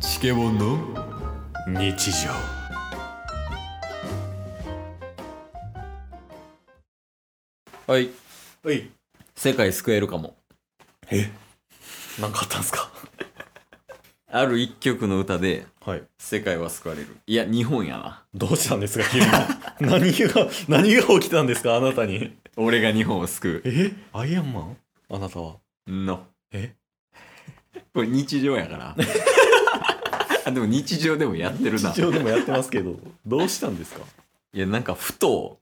シケボンの日常はいはい世界救えるかもえなんかあったんすかある一曲の歌ではい世界は救われるいや日本やなどうしたんですか急に 何が何が起きたんですかあなたに俺が日本を救えアイアンマンあなたはうのえこれ日常やから あでも日常でもやってるな日常でもやってますけどどうしたんですかいやなんかふと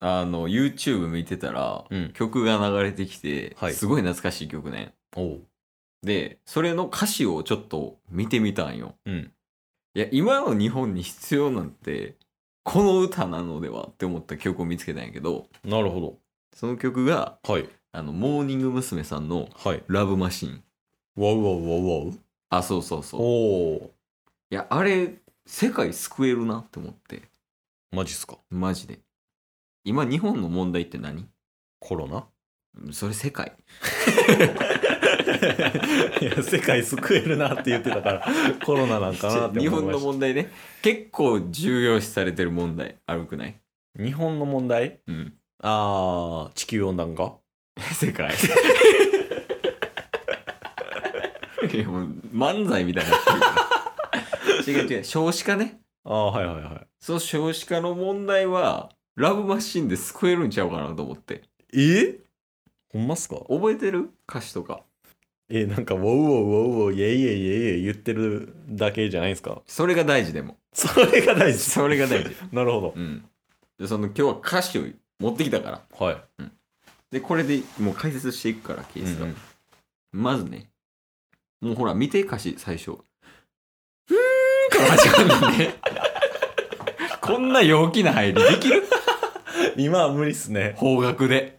あの YouTube 見てたら、うん曲が流れてきて、はいすごい懐かしい曲ねおうでそれの歌詞をちょっと見てみたんようんいや今の日本に必要なんてこの歌なのではって思った曲を見つけたんやけどなるほその曲がどはいあのモーニング娘。さんのはい「ラブマシンわうわうわうわう」あそうそうそういおおやあれ世界救えるなって思ってマジっすかマジで今日本の問題って何コロナそれ世界 いや世界救えるなって言ってたからコロナなんか なって日思い本まのし問題ね結構重要視されてる問題あるくないた日本の問題うんあー地球温暖化 世界いやもう漫才みたいになってる違う違う少子化ねああはいはいはいその少子化の問題はラブマシンで救えるんちゃうかなと思ってえほんますか覚えてる歌詞とかえなんかウォウウォウウォウウォイエイエイエイエイ言ってるだけじゃないですかそれが大事でもそれが大事それが大事なるほうんでその今日は歌詞を持ってきたからどはいでこれでもう解説していくからケースが、うんうんまずねもうほら見て歌詞最初うーんから始まるね こんな陽気な入りできる今は無理っすね方角で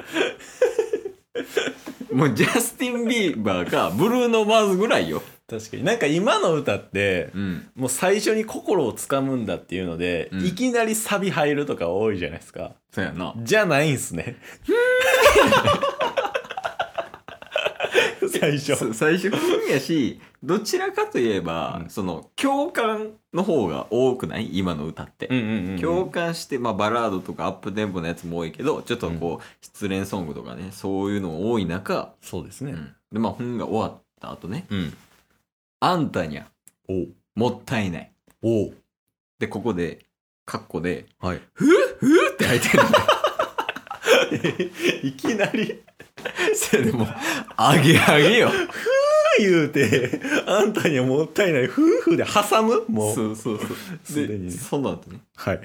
もうジャスティン・ビーバーかブルーノ・マーズぐらいよ確かになんか今の歌ってうんもう最初に心をつかむんだっていうので、うんいきなりサビ入るとか多いじゃないですかそうやなじゃないんすね最初そ最初不運やしどちらかといえば、うんその共感の方が多くない今の歌って、んうんうん共感して、まあ、バラードとかアップテンポのやつも多いけどちょっとこう、失恋ソングとかねそういうの多い中、そうですうねんでまあ本が終わった後ねうん、 「あんたにゃおうもったいないおう」でここでカッコではい「ふうふう」って入ってるんだいきなりそれでもう「あげあげよ言うてあんたにはもったいない夫婦で挟む」もうそうそうそうすでにねでその後ねはい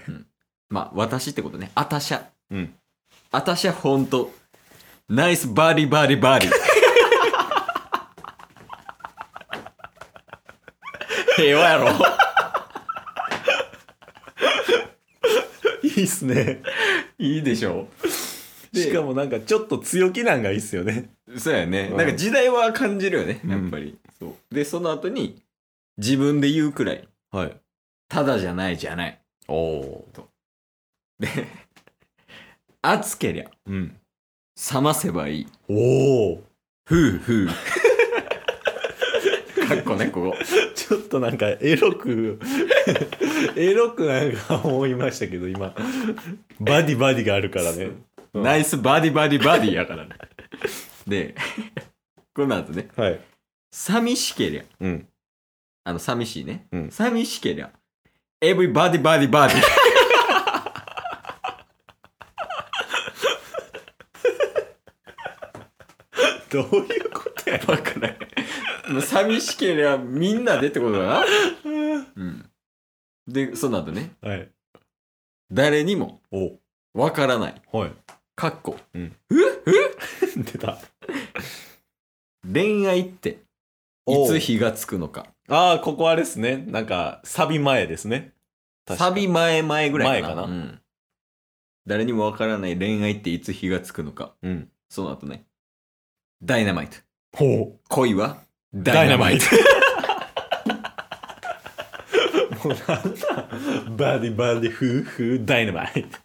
まあ私ってことねあたしゃうんあたしゃほんとナイスバディバデ ィバディ平和やろいいっすねいいでしょでしかもなんかちょっと強気なんがいいっすよねそうやね、うんなんか時代は感じるよねうんやっぱり、そうでその後に自分で言うくらいはいただじゃないじゃないおおで 熱けりゃうん冷ませばいいおおふうふうかっこねここちょっとなんかエロく エロくなんか思いましたけど今バディバディがあるからねうんナイスバディバディバディやからね。で、 この後ね、はい寂しけりゃ、うんあの、寂しいね。うん寂しけりゃ、エブリバディバディバディ。どういうことやわからんもう寂しけりゃみんなでってことだな。うん。で、その後ね、はい誰にもおわからない。はいかっこ、うんうう 出た恋愛って、おいうつ火がつくのか。ああ、ここあれですね。なんか、サビ前ですね。確かサビ前前ぐらいかな。前かなうん誰にもわからない恋愛っていつ火がつくのか。うん。その後ね、ダイナマイト。ほ恋はう。ダイナマイト。もうなんだバディバディフーフーダイナマイト。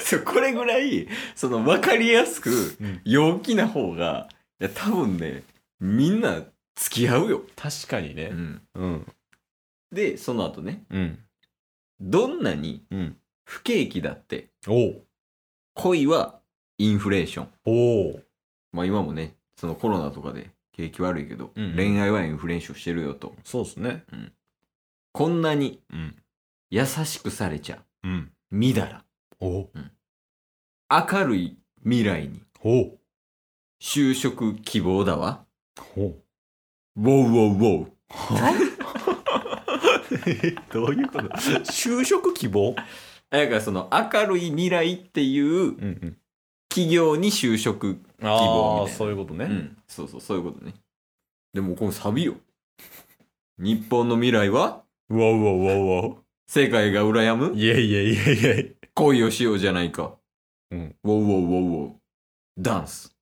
そうこれぐらい、その分かりやすくうん、陽気な方が、いや多分ね、みんな付き合うよ。確かにね。ん。うん。で、その後ね、うん。どんなにうん。不景気だって、おう恋はインフレーション。おうまあ今もね、そのコロナとかで景気悪いけど、うんうん恋愛はインフレーションしてるよと。そうですね。こんなにうん。優しくされちゃ、うん。みだら。おう明るい未来に、おう就職希望だわ。おうウォウウォウウォウ。え どういうこと就職希望だからその明るい未来っていううんうん。企業に就職。あみあ、たいなそういうことね。うん。そうそう、そういうことね。でもこのサビよ。日本の未来はうわうわうわうわ。世界が羨むいやいやいやいや恋をしようじゃないか。うん。ウォウウォウウォウウォウ。ダンス。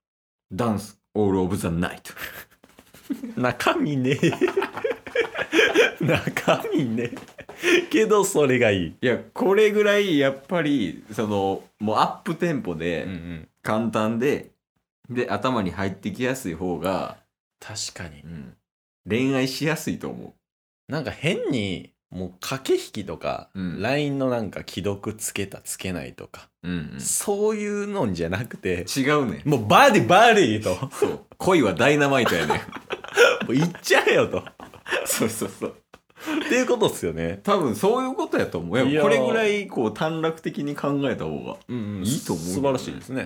ダンス。オールオブザナイト。中身ね 中身ねけどそれがいい、いや、これぐらいやっぱり、その、もうアップテンポで、簡単で、で、頭に入ってきやすい方が、確かにうん、恋愛しやすいと思なんか変にもう駆け引きとか、うん LINE のなんか既読つけたつけないとか、う。うん、そういうのんじゃなくて違うねん。もうバディバディとそう。恋はダイナマイトやねん。もう行っちゃえよとっ そうそうそう。ていうことっすよね、多分そういうことやと思う。いややっぱこれぐらいこう短絡的に考えた方がいいと思う、素晴らしいですね、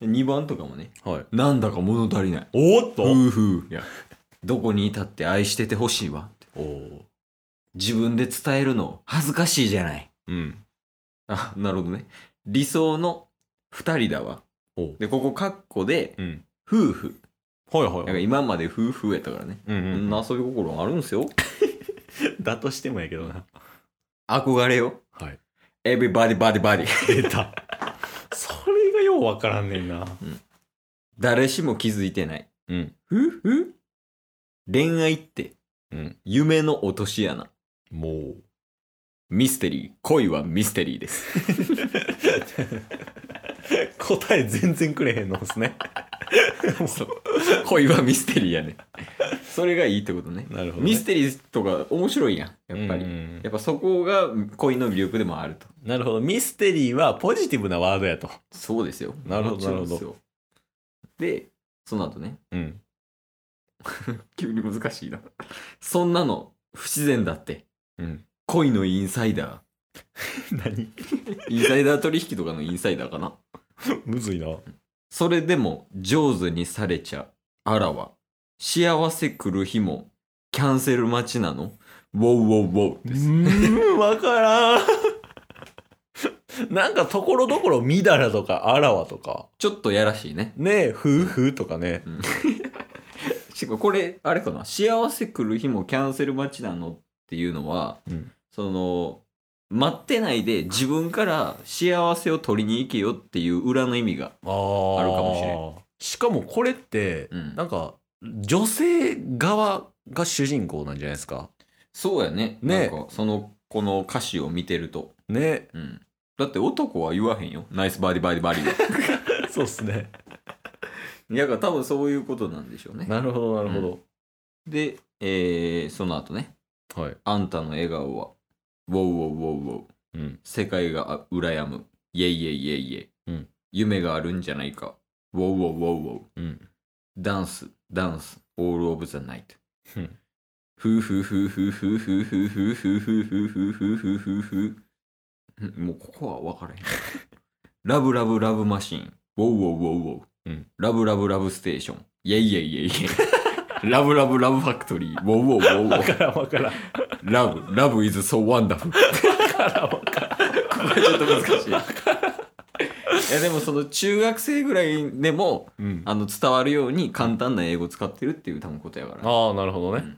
うん。2番とかもね、はいなんだか物足りない。おーっと、夫婦や。どこにいたって愛しててほしいわ。おー自分で伝えるの恥ずかしいじゃない。うんあ、なるほどね。理想の二人だわ。おうで、ここカッコで、うん夫婦。はいはいなはんかい今まで夫婦やったからね。うんこうんんな遊び心があるんすよ。だとしてもやけどな憧れよ。はいエビバディバディバデ出ィ。たそれがようわからんねんな誰しも気づいてない。うんふふ恋愛って、うん夢の落とし穴。もうミステリー。恋はミステリーです。 答え全然くれへんのですね恋はミステリーやね。それがいいってことね。なるほどね、ミステリーとか面白いやん。やっぱり。うんうんうんやっぱそこが恋の魅力でもあると。なるほどミステリーはポジティブなワードやとそうですよ。なるほどもちろんですよ。で、その後ね。うん 急に難しいな。 そんなの不自然だって。うん恋のインサイダー。何インサイダー取引とかのインサイダーかな。むずいなそれでも上手にされちゃあらわ。幸せ来る日もキャンセル待ちなのウォウウォウウォウです。うんわからんなんかところどころみだらとかあらわとかちょっとやらしいね。ねえ夫婦とかねしかもこれ、あれかな。幸せ来る日もキャンセル待ちなのっていうのは、うんその、待ってないで自分から幸せを取りに行けよっていう裏の意味が。あーあるかもしれんしかもこれって、うんなんか女性側が主人公なんじゃないですかそうやね。ねなんかその、この歌詞を見てると。ねうん。だって男は言わへんよ。ナイスバディバディバディ は。そうっすねいや、多分そういうことなんでしょうね。なるほどなるほど、で、えーその後ね、はい、あんたの笑顔は、ウォウウォウウォウウォウ、うん、世界が羨む、イェイイェイイェイイェイ、うん夢があるんじゃないか、ウォウウォウウォウウォウ、うんダンス、ダンス、オールオブザナイト。うんふうふうふうふうふうふうふうふうふうふうふうふうふうふうふうんもうここは分からへん。ラブラブラブマシーン。ウォウウォウウォウウォウうん。ラブラブラブステーション。イェイイェイイェイイェイ。ラブラブラブファクトリー。ウォウウォウウォウウォわウ。からんわからんラブ、ラブ is so wonderful。ここはちょっと難しい。いやでもその中学生ぐらいでもうん、ああの伝わるように簡単な英語使ってるっていう多分ことやから。あなるほどね、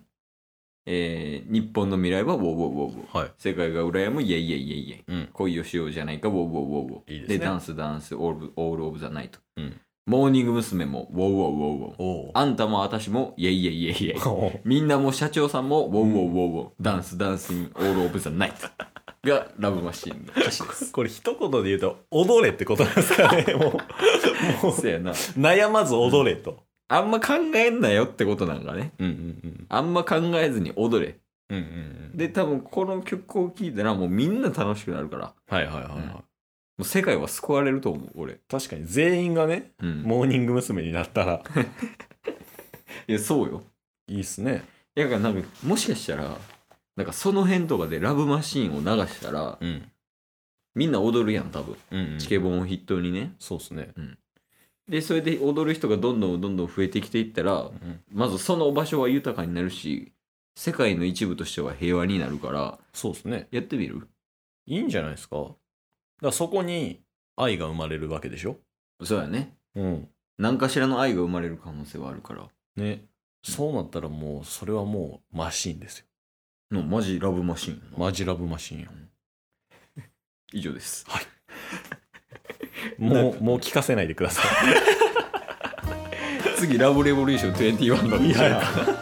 えー日本の未来はウォーウォーウォーウォー。はい世界が羨むイェイイェイイェイイェイ。うん恋をしようじゃないかウォーウォーウォーウォー。いいですねダンスダンスオールオールオブザナイト。うんモーニング娘。もウォーウォーウォーウォー。おおあんたも私もイェイイェイイェイイェイ。 おみんなも社長さんもウォーウォーウォーウォー。ダンスダンスインオールオブザナイト。がラブマ シーンの歌詞です。これ一言で言うと「踊れ」ってことなんですかねもう もうそうやな。悩まず踊れと、あんま考えんなよってことなんかね。うんうんあんま考えずに踊れ。うんうんうんで多分この曲を聴いたらもうみんな楽しくなるからもはいはいはいはい、うんう世界は救われると思う俺、確かに全員がねうん、モーニング娘。になったらいやそうよいいっすねいやだからなんかもしかしたらなんかその辺とかでラブマシーンを流したらうん、みんな踊るやん多分うんチケボンを筆頭にねそうっすね、でそれで踊る人がどんどんどんどん増えてきていったらまずその場所は豊かになるし世界の一部としては平和になるからそうっすねやってみるいいんじゃないですかだからそこに愛が生まれるわけでしょそうやねうん何かしらの愛が生まれる可能性はあるからねそうなったらもうそれはもうマシーンですよのマジラブマシーンやなマジラブマシーンよ以上ですもうもう聞かせないでください次ラブレボリューション21だったいじやいゃやん